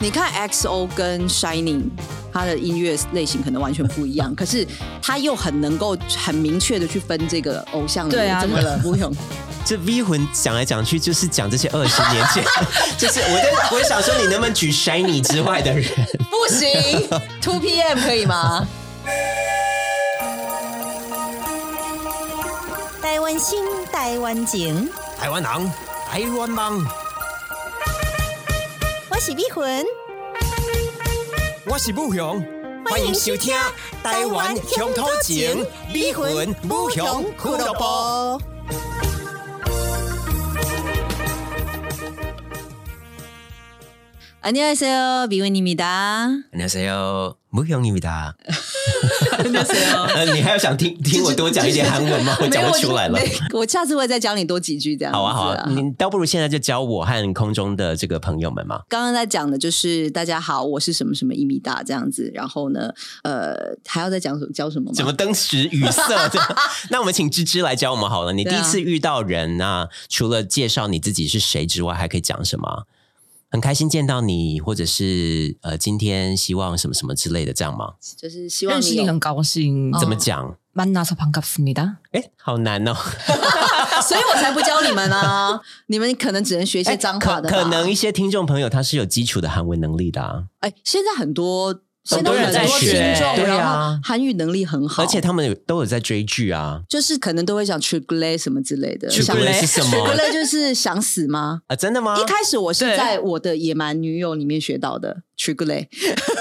你看 XO 跟 Shining，它的音乐类型可能完全不一 样，可是它又很能够很明确的去分这个偶像的对啊人怎么了不用。这 V 魂讲来讲去就是讲这些二十年 前，就是我在我想说你能不能举 Shiny 之外的人？ 不 行，Two PM 可以吗？台湾心，台湾情，台湾人，台湾梦，我是美魂。我是武雄，欢迎收听台湾乡土情，美魂武雄俱乐部。 안녕하세요，비원입니다。 안녕하세요，武형입니다。 안녕하세요 呃，你还要 想听听我多讲一点韩文吗？我讲不出来了。没有我没我下次会再教你多几句这样子。好啊，好啊，你倒不如现在就教我和空中的这个朋友们嘛。刚刚在讲的就是大家好，我是什么什么一米大这样子，然后呢，呃，还要再讲什教什么吗？怎么登时语 塞？ 这样那我们请芝芝来教我们好了。你第对一啊次遇到人那除了介绍你自己是谁之外，还可以讲什么？很开心见到你，或者是呃，今天希望什么什么之类的，这样吗？就是希望认你识你有很高兴。怎么讲？ 어, 만나서 반갑습니다. 哎、好 难哦！所以我才不教你们 啊！你们可能只能学一些脏话的可吧、可能一些听众朋友他是有基础的韩文能力的、啊，哎，现在很多很现在多人在很多听学众，对啊然后韩语能力很好，而且他们有都有在追剧啊。就是可能都会讲 t r i g l e 什么之类的。去国 内是什 t r i g 么 l e 就是想死吗？啊？真的吗？一开始我是对在我的野蛮女友里面学到的 t r i g l e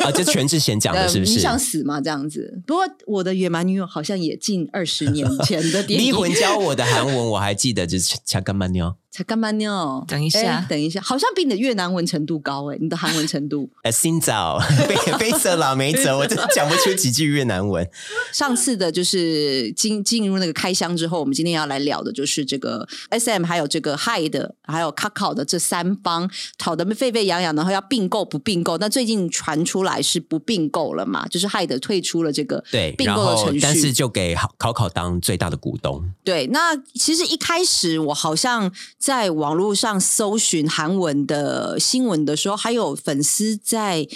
啊，这全智 贤讲的是呃不你是？想死吗？这样子。不过我的野蛮女友好像也近二十 年前的电影。离魂教我的韩文我还记得，就是恰干曼妞。才干嘛呢？等一 네. 下哎等一下，好像比你的越南文程度高哎、你的韩文程度。呃，新早被被色老梅泽，我真的讲不出几句越南 文。上次的就是进进入那个开箱之后，我们今天要来聊的就是这个 S M 还有这个 Hi 的，还有 Kakao 的这三方吵得沸沸扬扬，然后要并购不并购？那最近传出来是不并购了嘛？就是 Hi 的退出了这个对，并然购的后程序，但是就给考考考当最大的股东。对，那其实一开始我好像在网络上搜寻韩文的新闻的时候，还有粉丝在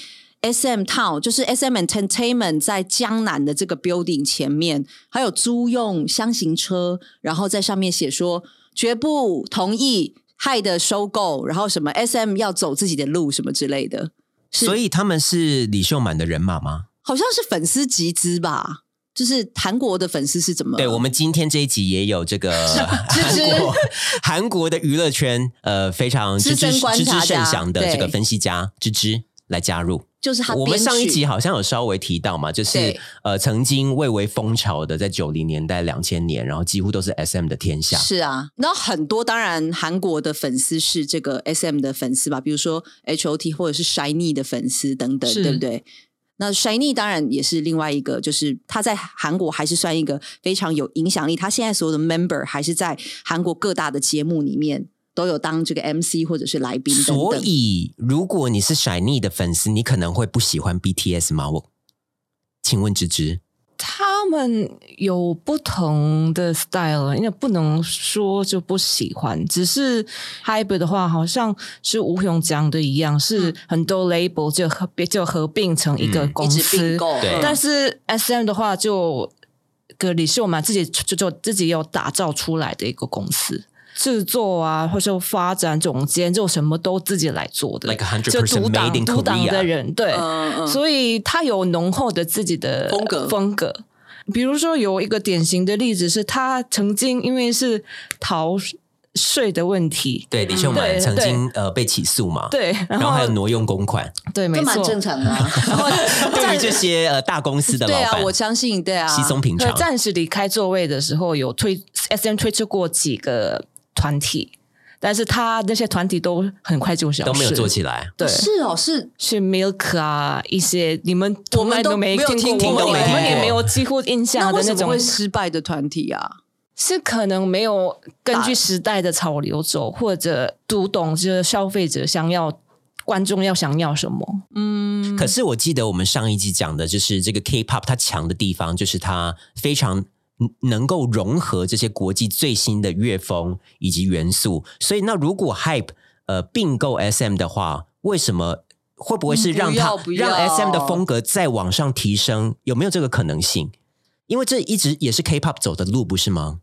S M Town，就是 S M Entertainment 在江南的这个 building 前面，还有租用箱型车，然后在上面写说绝不同意害的收购，然后什么 S M 要走自己的路什么之类的，是所以他们是李秀满的人马吗？好像是粉丝集资吧。就是韩国的粉丝是怎么？对，我们今天这一集也有这个韩芝国韩国的娱乐圈，呃，非常资知深之观知之察甚家详的这个对分析家芝芝来加入。就是他我们编上一曲集好像有稍微提到嘛，就是对呃，曾经蔚为风潮的，在九零年代、两千年，然后几乎都是 S M 的天下。是啊，然后很多当然韩国的粉丝是这个 S M 的粉丝吧，比如说 H O T 或者是 Shiny 的粉丝等等，是对不对？那 Shiny 当然也是另外一个，就是他在韩国还是算一个非常有影响力，他现在所有的 member 还是在韩国各大的节目里面都有当这个 MC 或者是来宾等所等。以，如果你是 Shiny 的粉丝，你可能会不喜欢 BTS 吗？我请问芝芝，他们有不同的 style，因为不能说就不喜欢，只是 Hyper 的话，好像是吴雄讲的一样，是很多 label 就合就合并成一个嗯一公直司，并购，对但是 S M 的话就。格里是我们自己就就自己有打造出来的一个公司，制作啊，或是发展总监，就什么都自己来做的 Like 100%就独挡 made in 独挡 Korea 的人，对，嗯嗯所以他有浓厚的自己的风格风格。比如说有一个典型的例子是，他曾经因为是逃税的问题，对李秀满嗯对曾经呃被起诉嘛，，对，然然后后还有挪用公款，对，没这蛮错，正常的、啊。然后对于这些呃大公司 的对老啊，板我，相信，对啊，稀松平对常，暂时离开座位的时候，有推 S M 推出过几个团体，但是他那些团体都很快就消失，都没有做起来。对，是是哦，是 Milk 啊，一些你们我从们来都没没有听听过，过我们没我们听也过没有几乎印那象的为什那么种会，失败的团体啊？是可能没有根据时代的潮流走，或者读懂就是消费者想要。观众要想要什么？嗯嗯可是我记得我们上一集讲的就是这个 K-pop 它强的地方，就是它非常。嗯能够融合这些国际最新的乐风以及元素，所以那如果 Hype 呃并购 SM 的话，为什么会不会是让嗯不它要不让要 SM 的风格再往上提升？有没有这个可能性？因为这一直也是 K-pop 走的路，不是吗？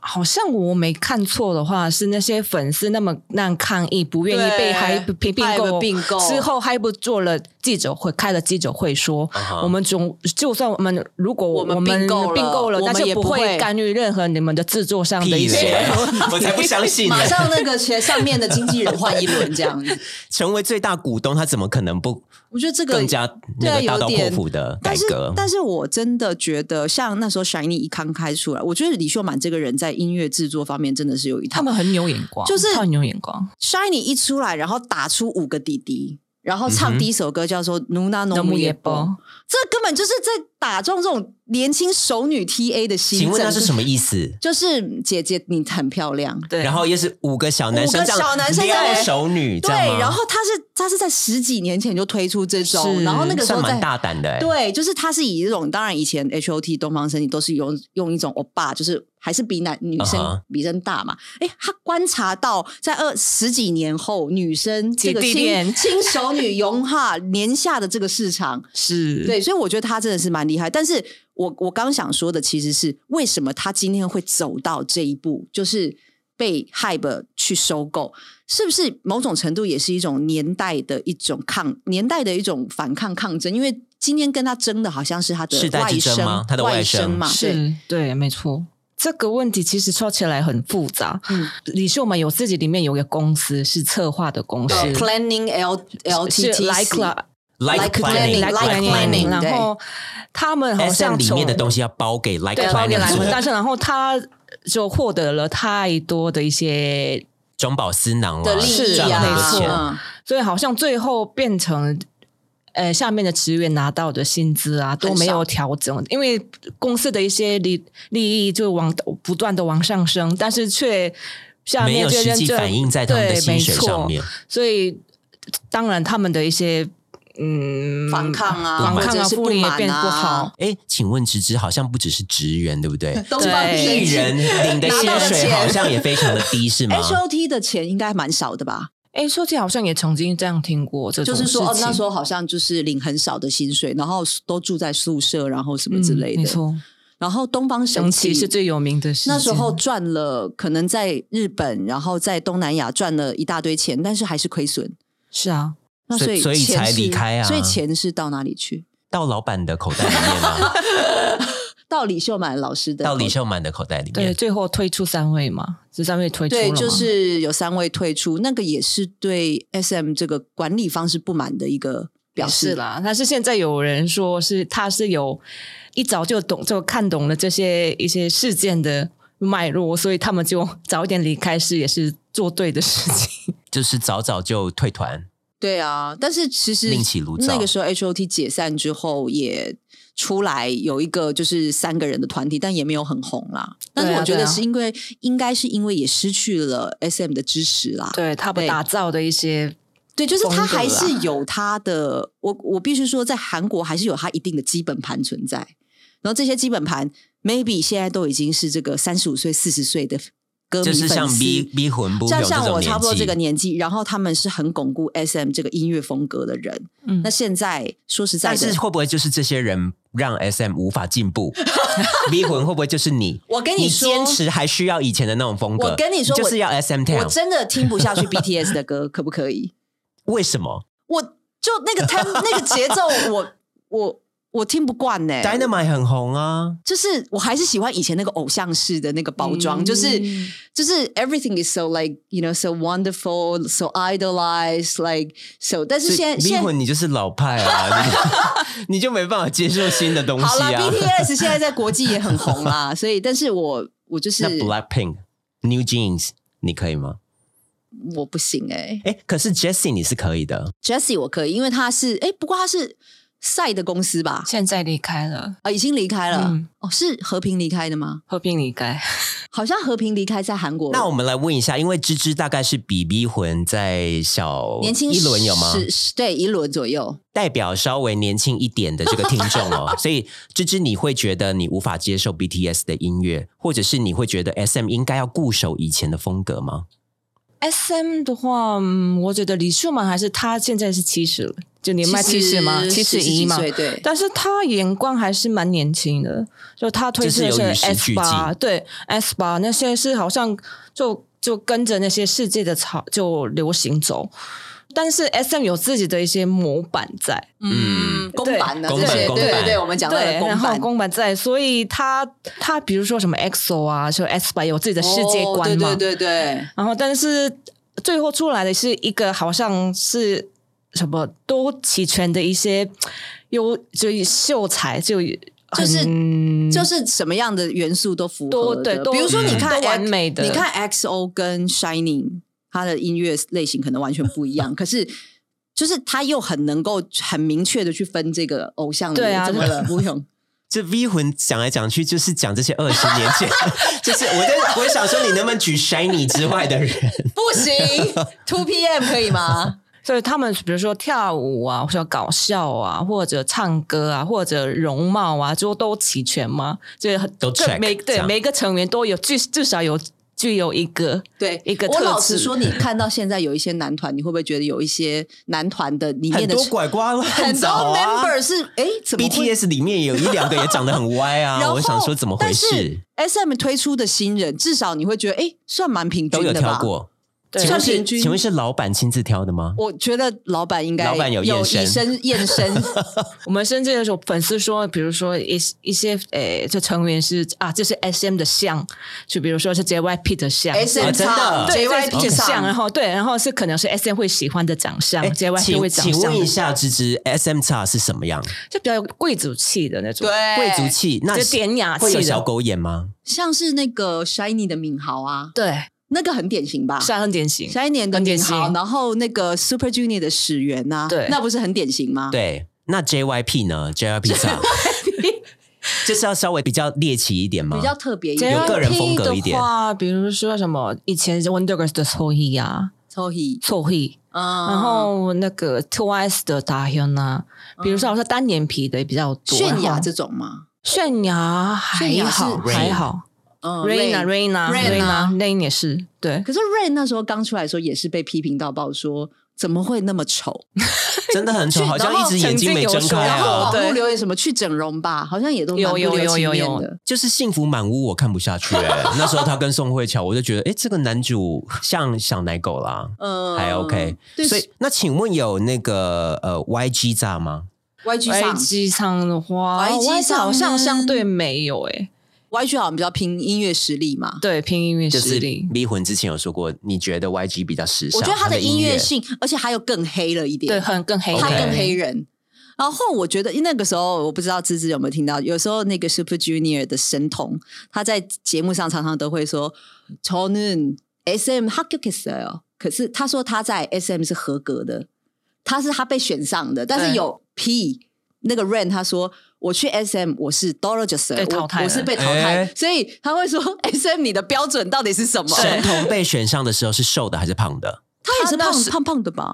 好像我没看错的话，是那些粉丝那么难抗议，不愿意被对 Hype 并购 Hype 并购之后，Hype 做了记者会，开了记者会说啊哈我们总就算我们如果我我们们并购了并购了我们但是也不会会干预任何你们的制作嗯上的一些。 我才不相信呢马！ 上那个前上面的经纪人换一轮这样子，成为最大股东，他怎么可能不我觉得这个更加对啊那个大刀有点阔斧的改但是革，？但是我真的觉得，像那时候 Shiny 一刚开出来，我觉得李秀满这个人在音乐制作方面真的是有一套。他们很有眼光，就是他很有眼光。 Shiny 一出来，然后打出五个弟弟，然后嗯唱哼第一首歌叫做《努那农农姆姆也也波》，包，这根本就是在打中这种年轻熟女 TA 的心。请问那是什么？么意思？就是姐姐你很漂亮，对，然后又是五个小男生这样五个小男生这样撩手女，对这样吗，然后她是她是在十几年前就推出这种，是然后那个时算候在蛮大胆的欸，对，就是他是以这种，当然以前 H O T 东方神起都是用用一种欧巴，就是还是比男女生、啊哈比生大嘛。诶，他观察到在二十几年后，女生这姐个弟新 恋新手女容 哈年下的这个市场，是对，所以我觉得他真的是蛮厉害。但是我我刚想说的其实是为什么他今天会走到这一步，就是被 Hype 去收购，是不是某种程度也是一种年代的一种抗年代的一种反抗抗争？因为今天跟他争的好像是他的世代外之争吗甥，他的外外甥嘛，对。是嗯对，没错。这个问题其实说起来很复杂。嗯李秀满有自己里面有一个公司是策划的公司，呃 Planning L L T 是 T Like C， Club- ，like Like planning， Like Like planning， Planning，对然后他们好 S M 像里面的从东西要包给 like 对包给 planning 来做但是然后他就获得了太多的一些，中饱私囊啊的利是益赚了啊，很没多错钱，嗯所以好像最后变成。呃，下面的职员拿到的薪资啊都没有调整，因为公司的一些利利益就往不断的往上升，但是却下没面有就实际就反映在他们的对薪水没错上面。所以当然他们的一些嗯反抗啊，反或抗者啊是福利也满变不啊好，，哎，请问芝芝好像不只是职员，对不对？东对方艺神起人领的薪拿到的水钱哎好像也非常的低，是吗？ H O T 的钱应该蛮少的吧？哎，说起来好像也曾经这样听过这就种是事情，说，哦，那时候好像就是领很少的薪水，然后都住在宿舍，然后什么之类嗯、没的。错，然后东方神神起奇是最有名的事件。那时候赚了，可能在日本，然后在东南亚赚了一大堆钱，但是还是亏损。是啊，那所以以所以钱才是离开啊所以钱是到哪里去？到老板的口袋里面 吗？到李秀满老师的到李秀满的口袋里对，面。最后推出三位嘛，这三位推出了对，嘛就是有三位退出，那个也是对 S M 这个管理方式不满的一个表也示是。啦。但是现在有人说是他是有一早就懂就看懂了这些一些事件的脉络，所以他们就早一点离开是也是做对的事情。就是早早就退团，对啊，但是其实另起炉灶那个时候 H O T 解散之后也出来有一个就是三个人的团体，但也没有很红啦。但是对啊我觉对得啊是因为、应该是因为也失去了 S M 的支持啦。 对他们对打造的一些对，就是他还风格是啦有他的，我我必须说，在韩国还是有他一定的基本盘存在。然后这些基本盘，maybe 现在都已经是这个三十五岁、四十岁的歌迷就是粉像丝 B B 魂不像这像种我年纪，差不多这个年纪，然后他们是很巩固 S M 这个音乐风格的人。嗯那现在说实在但的是，会不会就是这些人让 S M 无法进 步？B 魂会不会就是你？我跟你说，坚持还需要以前的那种风格？我跟你说我就是要 S M t o 我真的听不下去 B T S 的歌，可不可以？为什么我就那个 temp 那个节奏我，我我听不惯呢、 ？Dynamite 很红啊，就是我还是喜欢以前那个偶像式的那个包装，嗯就是就是 everything is so like you know so wonderful so idolized like so，但是现在灵现在魂你就是老派 啊，你你就没办法接受新的东好西 啦啊。 ，BTS 现在在国际也很红啦，所以但是我我就是那 Blackpink、New Jeans 你可以吗？我不行哎、哎，可是 Jessie 你是可以的， j e s s i e 我可以，因为他是哎、不过他是赛的公司吧？现在离开了，啊，已经离开了、嗯哦，是和平离开的吗？和平离开。好像和平离开在韩国，那我们来问一下，因为芝芝大概是比 B 魂在小年轻一轮有吗？是是对一轮左右，代表稍微年轻一点的这个听众 哦，所以芝芝你会觉得你无法接受 BTS 的音乐，或者是你会觉得 SM 应该要固守以前的风格吗？ S M 的话，嗯，我觉得李秀满还是他现在是七十就年迈七十嘛，七十一嘛，对对，但是他眼光还是蛮年轻的，就他推荐的这是有与是时 S 俱八，进对 S 八那些是好像就就跟着那些世界的潮就流行走，但是 S M 有自己的一些模板在，嗯，公版的对这些，对公版公对版对，我们讲到对，的然公后版，哦公版在，所以他他比如说什么 EXO 啊，就 S 八有自己的世界观嘛，哦对对对对，然后但是最后出来的是一个好像是什么多齐全的一些优就是秀才就就很是就是什么样的元素都符合多嗯对的多比如说你看嗯 X- 多完美的你看 XO 跟 Shining，它的音乐类型可能完全不一样，可是。就是他又很能够很明确的去分这个偶像的对啊怎么了？不用，这 V 魂讲来讲去就是讲这些二十年 前，就是我在我想说，你能不能举 Shiny 之外的人？不行，Two PM 可以吗？所以他们比如说跳舞啊，或者搞笑啊，或者唱歌啊，或者容貌啊，就都齐全吗？就是很都各 check，每这对样每个成员都有至至少有具有一个 对，一个特我质。老实说，你看到现在有一些男团，你会不会觉得有一些男团的里面很的多拐瓜烂很多枣啊 member 是哎、怎么会 BTS 里面有一两个也长得很歪 然啊，后我想说怎么回事？但是？S M 推出的新人，至少你会觉得哎、算蛮平都均有的吧？挑过，对请算问是平均请问是老板亲自挑的吗？我觉得老板应该老板有有验身以身验身， 我们甚至有种粉丝说，比如说一一些诶，就成员是啊，这是 S M 的像，就比如说是 J Y P 的像啊 S M 啊真的唱对哎 J Y 这 P 是像，然啊唱，后对，然后是可能是 S M 会喜欢的长相哎，J Y P 会请长请相问的一，下，芝芝 S M X 是什么样？就比较有贵族气的那种，对，贵族，气，那就是典雅会有气小的，狗眼吗？像是那个 Shiny 的敏豪啊，对，那个很典型吧？是啊很典型。 Shiny 的很典敏型豪，然后那个 Super Junior 的始源呐、对那不是很典型吗？，对，那 J Y P 呢？J Y P 上就是要稍微比较猎奇一点吗比？较特别一 J 点有。个人风 Y 格一 P 点的话，比如说什么以前是 Wonder Girls 的 Sohee 啊 Tohi， ，Sohee，嗯，啊然后那个 Twice 的 Dahyun 啊，比如说我说单眼皮的也比较多，泫然雅后这种吗？泫雅还泫雅是好，还好。嗯 Raina Raina Rain 啊 Raina，那一年是对，可是 Rain 那时候刚出来的时候也是被批评到爆说，怎么会那么丑？ 真 的很丑，去好像一直眼睛没睁开然然后啊有说。网络对留言什么去整容吧，好像也都蛮不有有留情有有面有的。就是幸福满屋，我看不下去、 欸。那时候他跟宋慧乔，我就觉得，哎、这个男主像小奶狗啦，嗯，还 OK。对，所以，那请问有那个呃 YG 炸吗？ YG 上 YG 唱的话 YG 上好像呢相对没有诶， YG 好像比较拼音乐实力嘛。对，拼音乐就实是力，迷魂之前有说过，你觉得 YG 比较时尚？我觉得他他的音乐乐性，而且还有更黑了一点，对，很更黑哎人，他 OK 更黑人。然后我觉得那个时候，我不知道芝芝有没有听到，有时候那个 Super Junior 的神童，他在节目上常常都会说 t o n SM h a k u k i s 可是他说他在 SM 是合格的，他是他被选上的，但是对有 P 那个 Rain 他说我去 SM 我是 d o l a r j u s 被淘汰我，我了是被淘汰，哎所以他会说 SM 你的标准到底是什么？神童被选上的时候是瘦的还是胖的？他也是他那胖是胖胖的吧？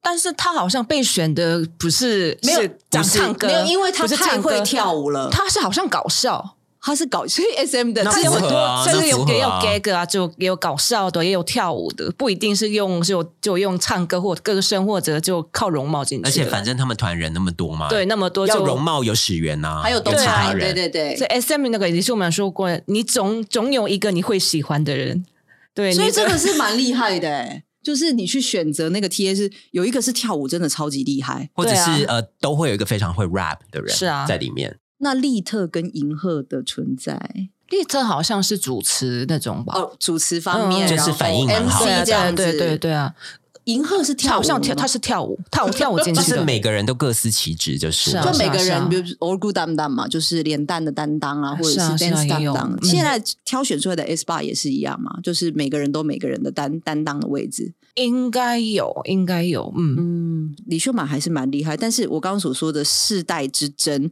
但是他好像被选的不是没有是不讲是唱歌，没有因为他不是太唱歌会跳舞了他是好像搞笑。他是搞所以 SM 的那这有种符很合啊多，甚那至有符合也有啊 gag 啊，就也有搞笑的，也有跳舞的，不一定是用就就用唱歌或歌声，或者就靠容貌进去的。而且反正他们团人那么多嘛，对那么多要就容貌有始源呐、还有东其他啊海，人，对对对所以 S M 那个也是我们说过，你总总有一个你会喜欢的人，对，所以你哎这个是蛮厉害的、欸，就是你去选择那个 TA 是有一个是跳舞真的超级厉害，或者是、对啊呃，都会有一个非常会 rap 的人是啊在里面。那利特跟银赫的存在立特好像是主持那种吧，哦，主持方面、嗯就是反应然蛮后好 MC 的这样子，对对对，对啊，银赫是跳舞吗，好像跳他是跳舞，跳 舞跳舞进就去是的，每个人都各司其职，就是是啊了就每个是啊人，比如 o r g u 担当嘛，就是脸蛋的担当啊，或者是是啊是啊 dance 担也有当。嗯现在挑选出来的 S bar 也是一样嘛，就是每个人都每个人的担担当的位置。应该有，应该有，嗯，嗯，李秀满还是蛮厉害，但是我刚刚所说的世代之争，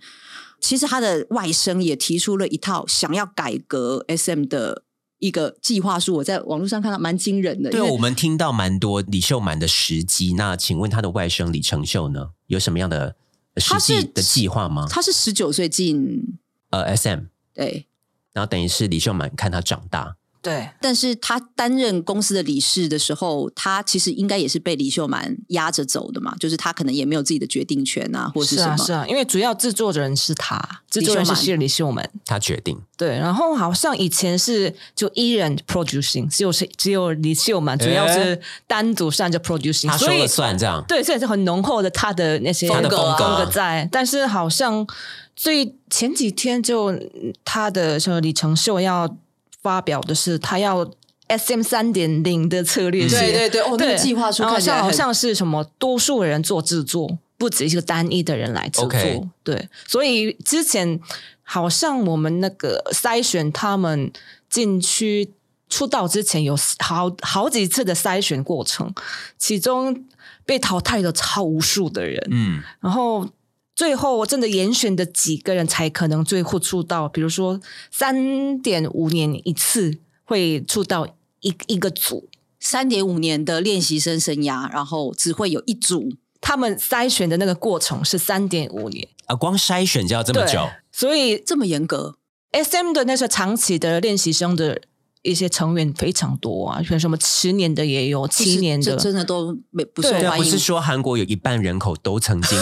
其实他的外甥也提出了一套想要改革 SM 的一个计划书，我在网络上看到蛮惊人的。对因为我们听到蛮多李秀满的时机，那请问他的外甥李承秀呢，有什么样的呃实他是际的计划吗？他是十九岁进，呃，SM，对然后等于是李秀满看他长大，对，但是他担任公司的理事的时候，他其实应该也是被李秀满压着走的嘛，就是他可能也没有自己的决定权啊，或是什啊么。是啊，因为主要制作人是他，制作人秀是满希尔李秀满，他决定对，然后好像以前是就一人 producing，只有是只有李秀满，主要是单独站着 producing，、他所说以了算，这样对，这是很浓厚的他的那些他的风格啊风格在，但是好像最前几天就嗯他的什么李承秀要发表的是他要 S M 三点零的策略性，对对对，哦，那个对计划书然后看起来像好很像是什么多数人做制作，不只是单一的人来制作。 OK 对，所以之前好像我们那个筛选他们进去出道之前有好好几次的筛选过程，其中被淘汰的超无数的人，嗯，然后。最后真的严选的几个人才可能最后出道，比如说三点五年一次会出道一一个组，三点五年的练习生生涯，然后只会有一组。他们筛选的那个过程是三点五年，啊，光筛选就要这么对久，所以这么严格， S M 的那些长期的练习生的一些成员非常多啊，像什么十年的也有，七年这的这真的都没不受对对啊，欢不是迎，说韩国有一半人口都 曾经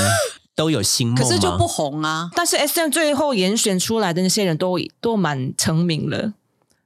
都有星梦可吗？是就不红啊。但是 S M 最后严选出来的那些人都都蛮成名了，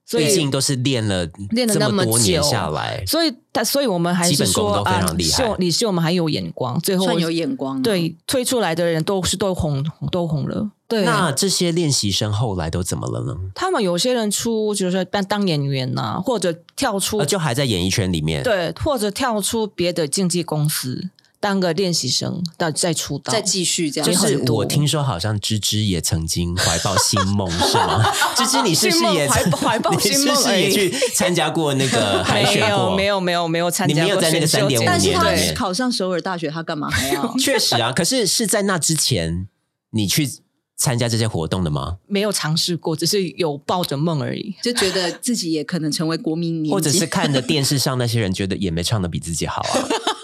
所毕以竟都是练了练了这那么多年久下来，所以他所以我们还基是本功说都非啊常，厉害秀李秀我们还有眼光，最后算有眼光、，啊对推出来的人都是都红都红了，对那这些练习生后来都怎么了呢？他们有些人出就是当当演员呐、或者跳出啊，就还在演艺圈里面，对，或者跳出别的经纪公司当个练习生，到再出道。再继续这样。就是很多我听说好像芝芝也曾经怀抱新梦是吗？ 芝芝，你是不是也新梦怀 怀抱你是新不梦是而已也去参加过那 个海没选有过？没有没有没有参你加没有过在那选个秀3.5节目但是年他的对？考上首尔大学，他干嘛还要 确实啊，可是是在那之前你去参加这些活动的吗？没有尝试过，只是有抱着梦而已。就觉得自己也可能成为国民年金，或者是看着电视上那些人觉得也没唱的比自己好 啊？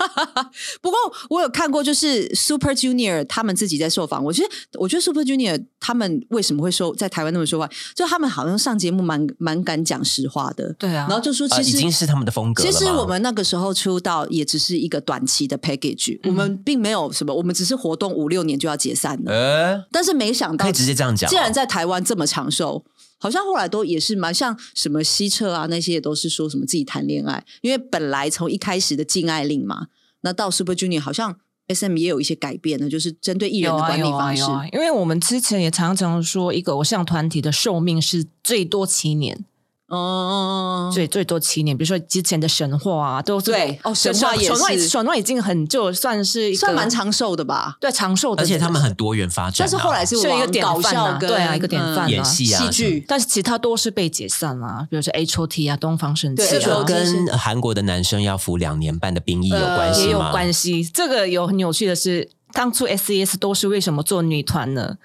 不过我有看过，就是 Super Junior 他们自己在受访，我觉得我觉得 Super Junior 他们为什么会说在台湾那么说话，就他们好像上节目蛮蛮敢讲实话的，对啊然后就说啊其已实、经是他们的风格了其吗实我们那个时候出道也只是一个短期的 package，、我嗯们并没有什么，我们只是活动五六年就要解散了，呃，但是没想到可以直接这样讲哦，既然在台湾这么长寿，好像后来都也是蛮像什么西澈啊那些也都是说什么自己谈恋爱，因为本来从一开始的禁爱令嘛，那到 Super Junior 好像 S M 也有一些改变呢，就是针对艺人有的啊管理有啊方式。有啊，因为我们之前也常常说，一个偶像团体的寿命是最多七年，哦，最最多七年。比如说之前的神话啊，都是对哦神话也神话是神话已经很就算是一个算蛮长寿的吧。对长寿的，而且他们很多元发展啊、但是后来是是一个往典搞范啊笑跟对啊一个典嗯范啊演戏啊戏剧，但是其他都是被解散啦、比如说 H O T 啊、东方神对起这啊个 HOT 跟韩国的男生要服两年半的兵役有呃关系吗？也有关系。这个有很有趣的是，当初 S E S 都是为什么做女团呢？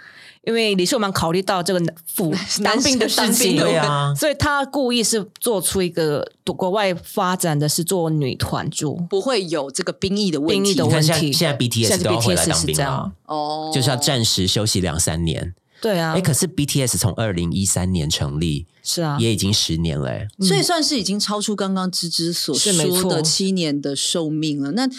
因为李秀满考虑到这个 服啊当兵的事当情，兵的对啊所以他故意是做出一个国外发展的是做女团做不会有这个兵役的问题兵役的你问看现在题。现在 BTS 现在都要回来 BTS 当是兵这了样，哦，就是要暂时休息两三年。对啊，哎，可是 BTS 从二零一三年成立，是啊，也已经十年了。哎所嗯以算是已经超出刚刚芝芝所是没说的错七年的寿命了。那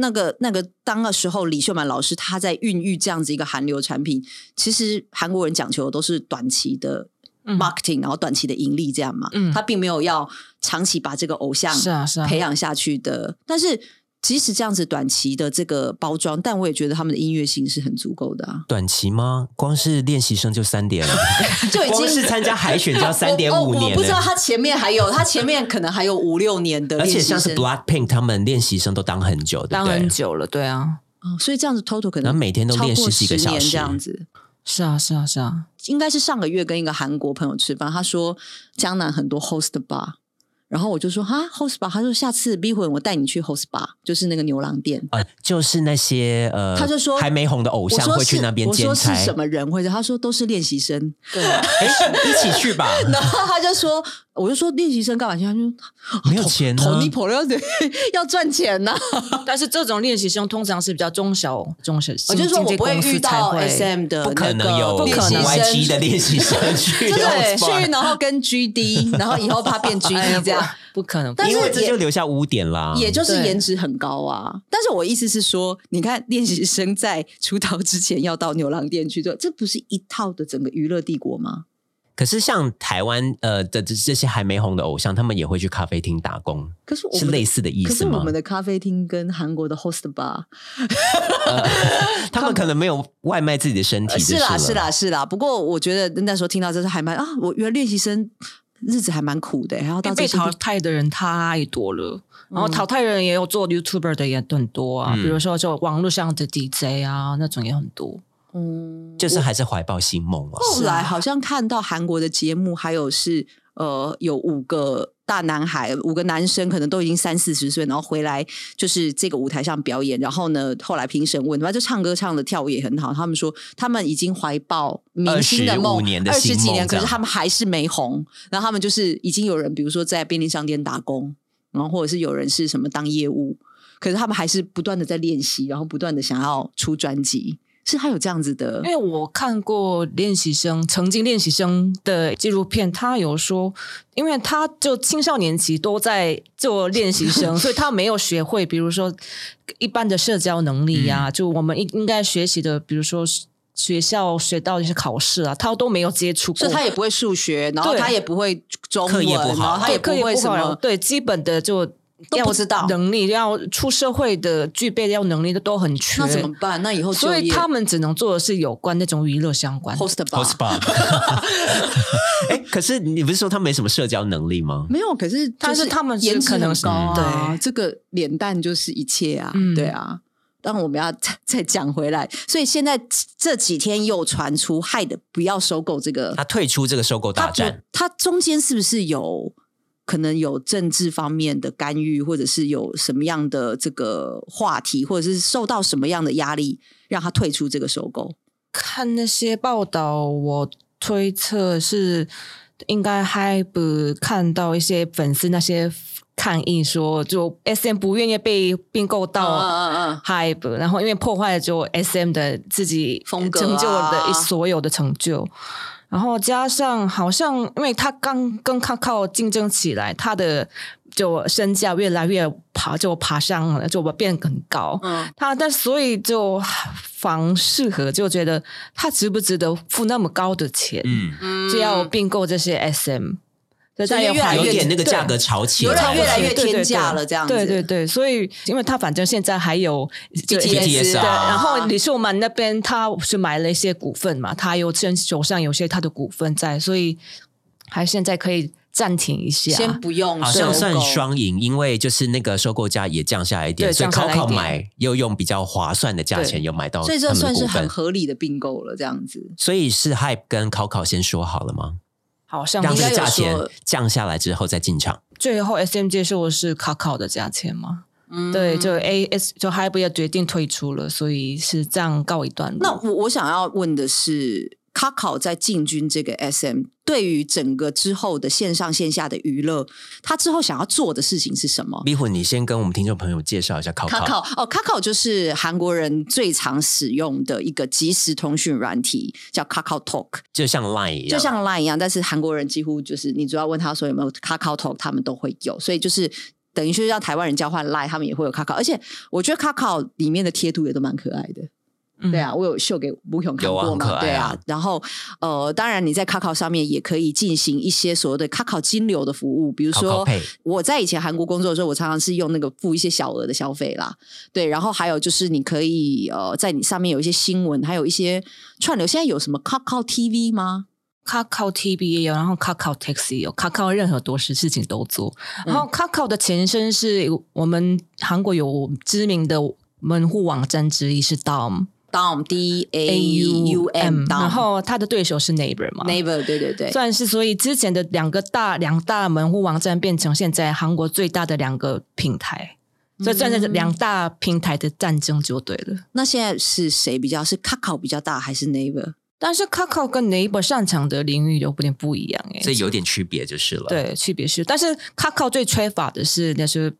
那个那个当的时候，李秀满老师他在孕育这样子一个韩流产品，其实韩国人讲求的都是短期的嗯 marketing，、然后短期的盈利这样嘛，嗯他并没有要长期把这个偶像是啊是啊培养下去的。但是即使这样子短期的这个包装，但我也觉得他们的音乐性是很足够的啊，短期吗？光是练习生就三点， 就已光经是参加海选就要三点我五我我年不知道了。他前面还有，他前面可能还有五六年的而练习且生，像是 Blackpink 他们练习生都当很久，对当不对很？久了，对啊，哦，所以这样子 total 可然能后每天都练超过十几个小时10年这样子。是啊是啊是啊，应该是上个月跟一个韩国朋友吃饭，他说江南很多 host bar，然后我就说哈 host bar，他说下次逼婚我带你去 host bar，就是那个牛郎店。呃，就是那些呃，他就说还没红的偶我像说会去是那边我兼说是差，什么人会？他说都是练习生，对啊，哎，一起去吧。然后他就说我就说练习生干嘛去？他就没有钱呢投你婆要要赚钱呐、但是这种练习生通常是比较中小、中小，我哦就说我不会遇到经纪公司才会 SM 呃的那个不可能有练习 YG 生的练习生 去就 L 是 Spa 去，然后跟 GD，然后以后怕变哎 GD 这样。哎不可能。但是因为这也就留下污点啦。也就是对颜值很高啊。但是我意思是说，你看练习生在出道之前要到牛郎店去做，这不是一套的整个娱乐帝国吗？可是像台湾呃的这这些还没红的偶像，他们也会去咖啡厅打工，可是我们是的类似的意可思是吗我？们的咖啡厅跟韩国的 host bar 他们可能没有外卖自己的身体，是呃啦就是是了。啦是啦。不过我觉得那时候听到这是还蛮啊，我原来练习生日子还蛮苦的、然后到因为这被个地淘方嗯汰的人太多了，然后淘汰人也有做 YouTuber 的也很多啊，嗯比如说就网络上的 DJ 啊，那种也很多。嗯，就是还是怀抱新梦啊嘛。后来好像看到韩国的节目，还有是呃，有五个大男孩，五个男生，可能都已经三四十岁，然后回来就是这个舞台上表演。然后呢，后来评审问，反正就唱歌唱的跳舞也很好。他们说他们已经怀抱明星的梦25，年的二新十梦几年，这可样是他们还是没红。然后他们就是已经有人，比如说在便利商店打工，然后或者是有人是什么当业务，可是他们还是不断的在练习，然后不断的想要出专辑。是他有这样子的因为我看过练习生，曾经练习生的纪录片，他有说，因为他就青少年期都在做练习 生，所以他没有学会，比如说一般的社交能力呀、嗯就我们应应该学习的，比如说学校学到的一些考试啊，他都没有接触过，所以他也不会数学，然后哦对他也不会中课文，业不好然后他也不对课会业什好么。对基本的就都要不知道能力，要出社会的具备要能力的都很缺，那怎么办？那以后就所以业他们只能做的是有关那种娱乐相关的。 host 好吧 SPA，哎，可是你不是说他没什么社交能力吗？没有，可是但就是他们是颜值可很能是高啊，对这个脸蛋就是一切啊，嗯对啊。但我们要 再再讲回来，所以现在这几天又传出，害的不要收购这个他退出这个收购大他不战，，他中间是不是有可能有政治方面的干预，或者是有什么样的这个话题，或者是受到什么样的压力，让他退出这个收购？看那些报道，我推测是应该 Hype 看到一些粉丝那些抗议说，就 SM 不愿意被并购到嗯嗯 Hype，、然后因为破坏了就 SM 的自己风格啊成就的一所有的成就。然后加上，好像因为他刚跟靠靠竞争起来，他的就身价越来越爬，就爬上了，就变很高。嗯，他但所以就房适合，就觉得他值不值得付那么高的钱，嗯，就要并购这些 SM，所以所他以也越来怀疑越有点那个对价格炒起有来点了，越来越对对天价对了这样子对对对，所以因为他反正现在还有就 BTS 对，啊 然后李秀满那边他是买了一些股份嘛，他有现手上有些他的股份在，所以还现在可以暂停一下，先不用收购，好像算双赢，因为就是那个收购价也降下来一点，对所以降下 Coco 来一点买又用比较划算的价钱对有买到他所们以的这股算份，是很合理的并购了，这样子。所以是 Hype 跟 Coco 先说好了吗？好像让嗯应这该个有价钱说降下来之后再进场。最后 SM 接受的是卡考的价钱吗？嗯对，就 A S 就 Hype 要决定退出了，所以是这样告一段落。那我我想要问的是，卡考在进军这个 SM，对于整个之后的线上线下的娱乐，他之后想要做的事情是什么？迷魂，你先跟我们听众朋友介绍一下卡 Coco。考哦，卡考就是韩国人最常使用的一个即时通讯软体，叫 Kakao Talk，就像 Line 一样，就像 Line 一样，但是韩国人几乎就是你只要问他说有没有 Kakao Talk，他们都会有，所以就是等于是让台湾人交换 Line，他们也会有 Kakao，而且我觉得 Kakao 里面的贴图也都蛮可爱的。嗯对啊，，我有秀给吴勇看有啊过很嘛？可爱啊对啊，然后呃，当然你在 Kakao 上面也可以进行一些所谓的 Kakao 金流的服务，比如 Kakao 说 Pay 我在以前韩国工作的时候，我常常是用那个付一些小额的消费啦，对，然后还有就是你可以呃，在你上面有一些新闻，还有一些串流，现在有什么 Kakao TV 吗？卡考 T B 也有，然后卡考 Taxi 也有，卡考任何多事事情都做。嗯然后卡考的前身是我们韩国有知名的门户网站之一是 Dom Dom D A U M，Dom 然后它的对手是 Neighbor 嘛。 Neighbor，对对对，算是，所以之前的两个大两大门户网站变成现在韩国最大的两个平台，嗯所以算是两大平台的战争就对了。那现在是谁比较是 Kakao 比较大还是 Neighbor？但是 Kakao 跟 Neighbor 擅长的领域有点不一样哎、这有点区别就是了。，对，区别是，但是 Kakao 最缺乏的是那些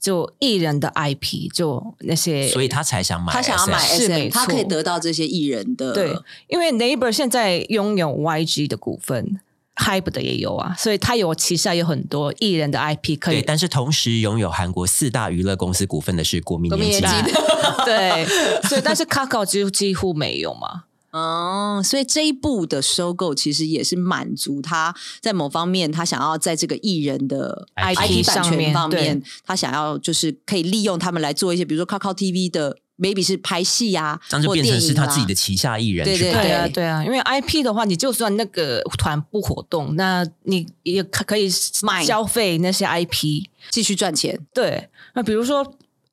就艺人的 IP，就那些，所以他才想买 SM，他想要买是 SM，没他可以错得到这些艺人的对，因为 Neighbor 现在拥有 YG 的股份，Hype 的也有啊，所以他有旗下有很多艺人的 IP 可对，以。但是同时拥有韩国四大娱乐公司股份的是国民国民年金年。金 对，所以但是 Kakao 几乎几乎没有嘛，哦，所以这一步的收购其实也是满足他在某方面，他想要在这个艺人的 IP IP 版上权面方对面，他想要就是可以利用他们来做一些，比如说 Kakao TV 的 maybe 是拍戏呀、这样就或变成电是影啊他啦自己的旗下艺人对去对拍，啊，对啊，因为 IP 的话，你就算那个团不活动，那你也可可以卖消费那些 IP。继续赚钱。对，那比如说，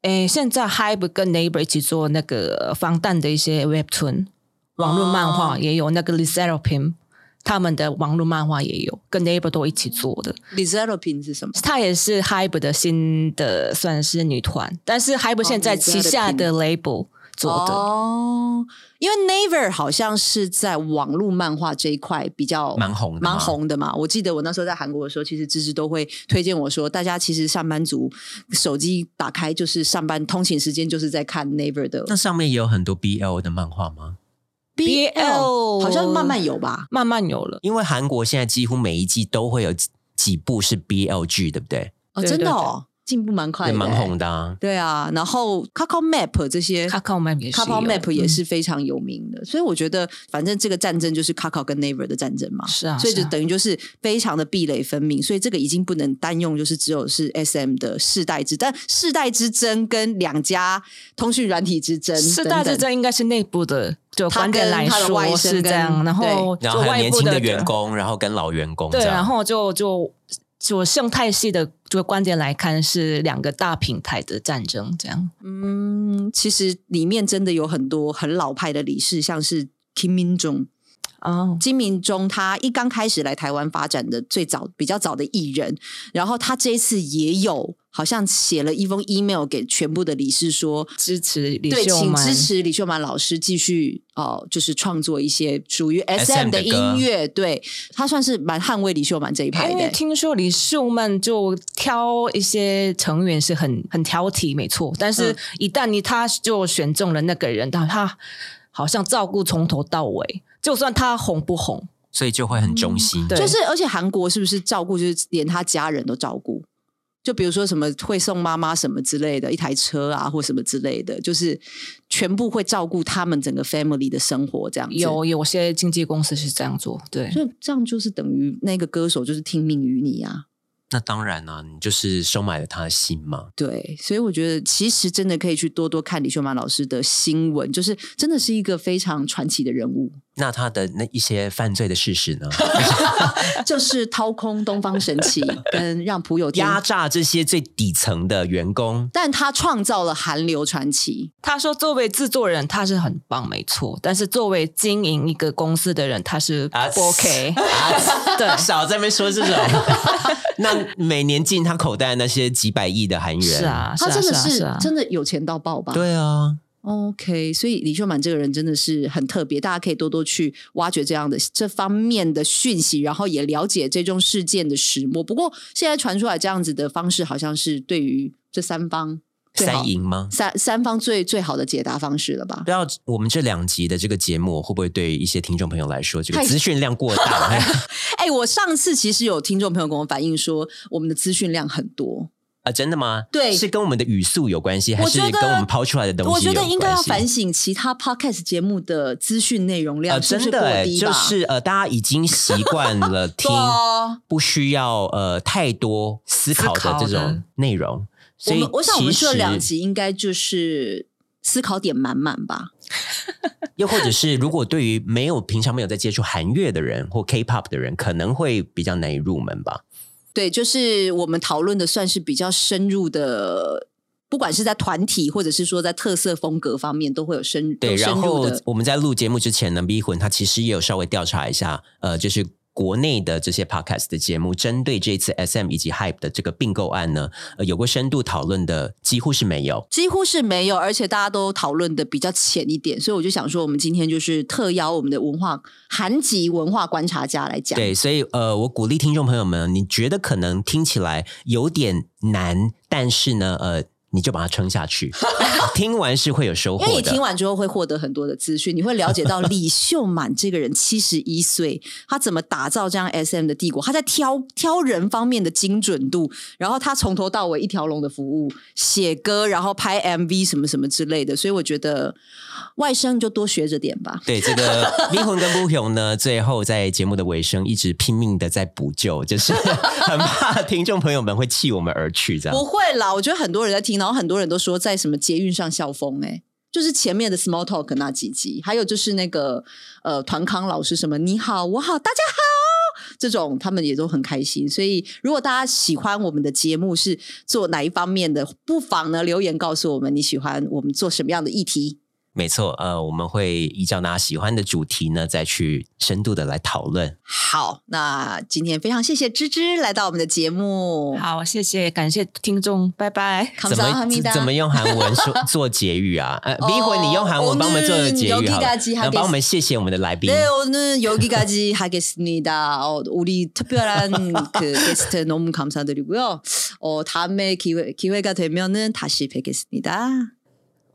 诶，现在 Hybe 跟 Neighbor 一起做那个防弹的一些 Webtoon 网络漫画，哦也有那个 l i z e r o p i m 他们的网络漫画也有，跟 Neighbor 都一起做的。 l i z e r o p i n 是什么？她也是 Hybe 的新的算是女团，但是 Hybe 现在旗下的 label 做的。哦，因为 Naver 好像是在网络漫画这一块比较蛮红的嘛蛮红的嘛。我记得我那时候在韩国的时候，其实芝芝都会推荐我说，大家其实上班族手机打开就是上班通勤时间就是在看 Naver 的那上面也有很多 BL 的漫画吗？ BL 好像慢慢有吧。慢慢有了，因为韩国现在几乎每一季都会有几几部是 BL 剧，对不对？哦，对真的哦，进步蛮快也的，蛮红。的啊。对啊，然后 c a c o Map 这些 c a c o Map 也是 c a c o 有嗯 Map 也是非常有名的，所以我觉得反正这个战争就是 c a c o 跟 Naver 的战争嘛，是啊所以是就啊等于就是非常的壁垒分明，所以这个已经不能单用，就是只有是 SM 的世代之，但世代之争跟两家通讯软体之争，世代之，争应该是内部的，就他观点跟来他的外说甥是这样，跟然后然就后还有外年部轻的的员工，然后跟老员工这对，样，然后就就就生态系的就观点来看，是两个大平台的战争这样。嗯，其实里面真的有很多很老派的理事，像是 Kim Min Jong。哦，金明中他一刚开始来台湾发展的最早比较早的艺人，然后他这一次也有好像写了一封 email 给全部的理事说。支持李对，秀请满支持李秀满老师继续哦、呃就是创作一些属于 S M 的的歌音乐。对他算是蛮捍卫李秀满这一派因为的。听说李秀曼就挑一些成员是很很挑剔，没错。但是嗯，一旦你他就选中了那个人，但他好像照顾从头到尾，就算他红不红，所以就会很忠心。嗯对就是，而且韩国是不是照顾，就是连他家人都照顾？就比如说什么会送妈妈什么之类的，一台车啊，或什么之类的，就是全部会照顾他们整个 family 的生活这样子。有有些经纪公司是这样做，对。所以这样就是等于那个歌手就是听命于你啊。那当然啊，你就是收买了他的心嘛。对，所以我觉得其实真的可以去多多看李秀满老师的新闻，就是真的是一个非常传奇的人物，那他的那一些犯罪的事实 呢？就是掏空东方神起跟让朴有天，压榨这些最底层的员工，但他创造了韩流传奇。他说，作为制作人，他是很棒，没错。但是作为经营一个公司的人，他是啊不 OK。对 少在那边说这种。那每年进他口袋的那些几百亿的韩元，是，啊，是他啊，真的是啊是啊真的有钱到爆吧？对啊， OK，所以李秀满这个人真的是很特别，大家可以多多去挖掘这样的这方面的讯息，然后也了解这宗事件的始末。不过现在传出来这样子的方式，好像是对于这三方最好三赢吗？三三方最最好的解答方式了吧不？知道我们这两集的这个节目会不会对一些听众朋友来说，这个太资讯量 过大？哎、我上次其实有听众朋友跟我反映说，我们的资讯量很多，啊，真的吗？对是跟我们的语速有关系，还我是觉得跟我们抛出来的东西我觉得有应该要关系反省其他 podcast 节目的资讯内容量呃，是不真是的过欸，低吧？就是呃，大家已经习惯 了听对啊，不需要呃太多思考思的考这种的内容。我所以们我想我们其这两实集应该就是思考点满满吧。又或者是如果对于没有平常没有在接触韩乐的人或 K-pop 的人，可能会比较难以入门吧。对，就是我们讨论的算是比较深入的，不管是在团体或者是说在特色风格方面，都会有深对，有深然入后的。我们在录节目之前呢，迷魂他其实也有稍微调查一下，呃，就是国内的这些 podcast 的节目，针对这次 SM 以及 Hype 的这个并购案呢，呃有过深度讨论的几乎是没有。几乎是没有，而且大家都讨论的比较浅一点，所以我就想说，我们今天就是特邀我们的文化韩籍文化观察家来讲。对，所以呃，我鼓励听众朋友们，你觉得可能听起来有点难，但是呢，呃，你就把它撑下 去，听完是会有收因为获你听的。完之后会获得很多的资讯，你会了解到李秀满这个 人七十一岁，他怎么打造这样 SM 的帝国，他在挑挑人方面的精准度，然后他从头到尾一条龙的服务，写歌，然后拍 MV 什么什么之类的，所以我觉得外甥就多学着点吧。对这个灵魂跟不雄呢，最后在节目的尾声一直拼命的在补救，就是 很怕听众朋友们会弃我们而去这样不。会啦，我觉得很多人在听，然后很多人都说在什么捷运上校风、欸，就是前面的 small talk 那几集，还有就是那个呃团康老师什么你好我好大家好这种，他们也都很开心。所以如果大家喜欢我们的节目是做哪一方面的，不妨呢留言告诉我们你喜欢我们做什么样的议题。没错，呃，我们会依照大家喜欢的主题呢，再去深度的来讨论。好，那今天非常谢谢芝芝来到我们的节目，好，谢谢，感谢听众，拜拜。康怎桑么哈密达怎么用韩文说做结 语啊？呃，哦离婚你用韩文帮我们做结语好 오늘여기까지하겠 了，帮我们谢谢我们的来宾。 네, 오늘 여기까지 하겠습니다. 어, 우리 특별한 그 게스트 너무 감사드리고요. 어, 다음에 기회, 기회가 되면은 다시 뵙겠습니다.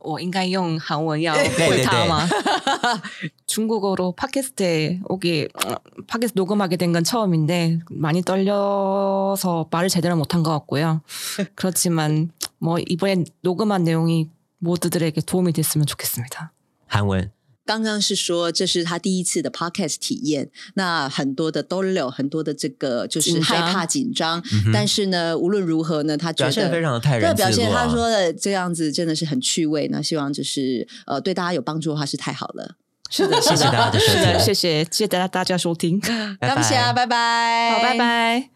我应该用韩文 要对回对他对吗？중국어로 팟캐스트에 오기 음, 팟캐스트 녹음하게 된 건 처음인데 많이 떨려서 말을 제대로 못한 것 같고요. 그렇지만 뭐 이번에 녹음한 내용이 모두들에게 도움이 됐으면 좋겠습니다. 韩文刚刚是说这是他第一次的 podcast 体验，那很多的 d o l 很多的这个就是紧张害怕紧嗯张，哼但是呢，无论如何呢，他觉表得现非常的泰这然自表现若他啊。说的这样子真的是很趣味，那希望就是呃对大家有帮助的话是太好了，谢谢大家的收听， 谢谢谢谢大家大家收听，好，啊拜拜感谢，拜拜，拜拜。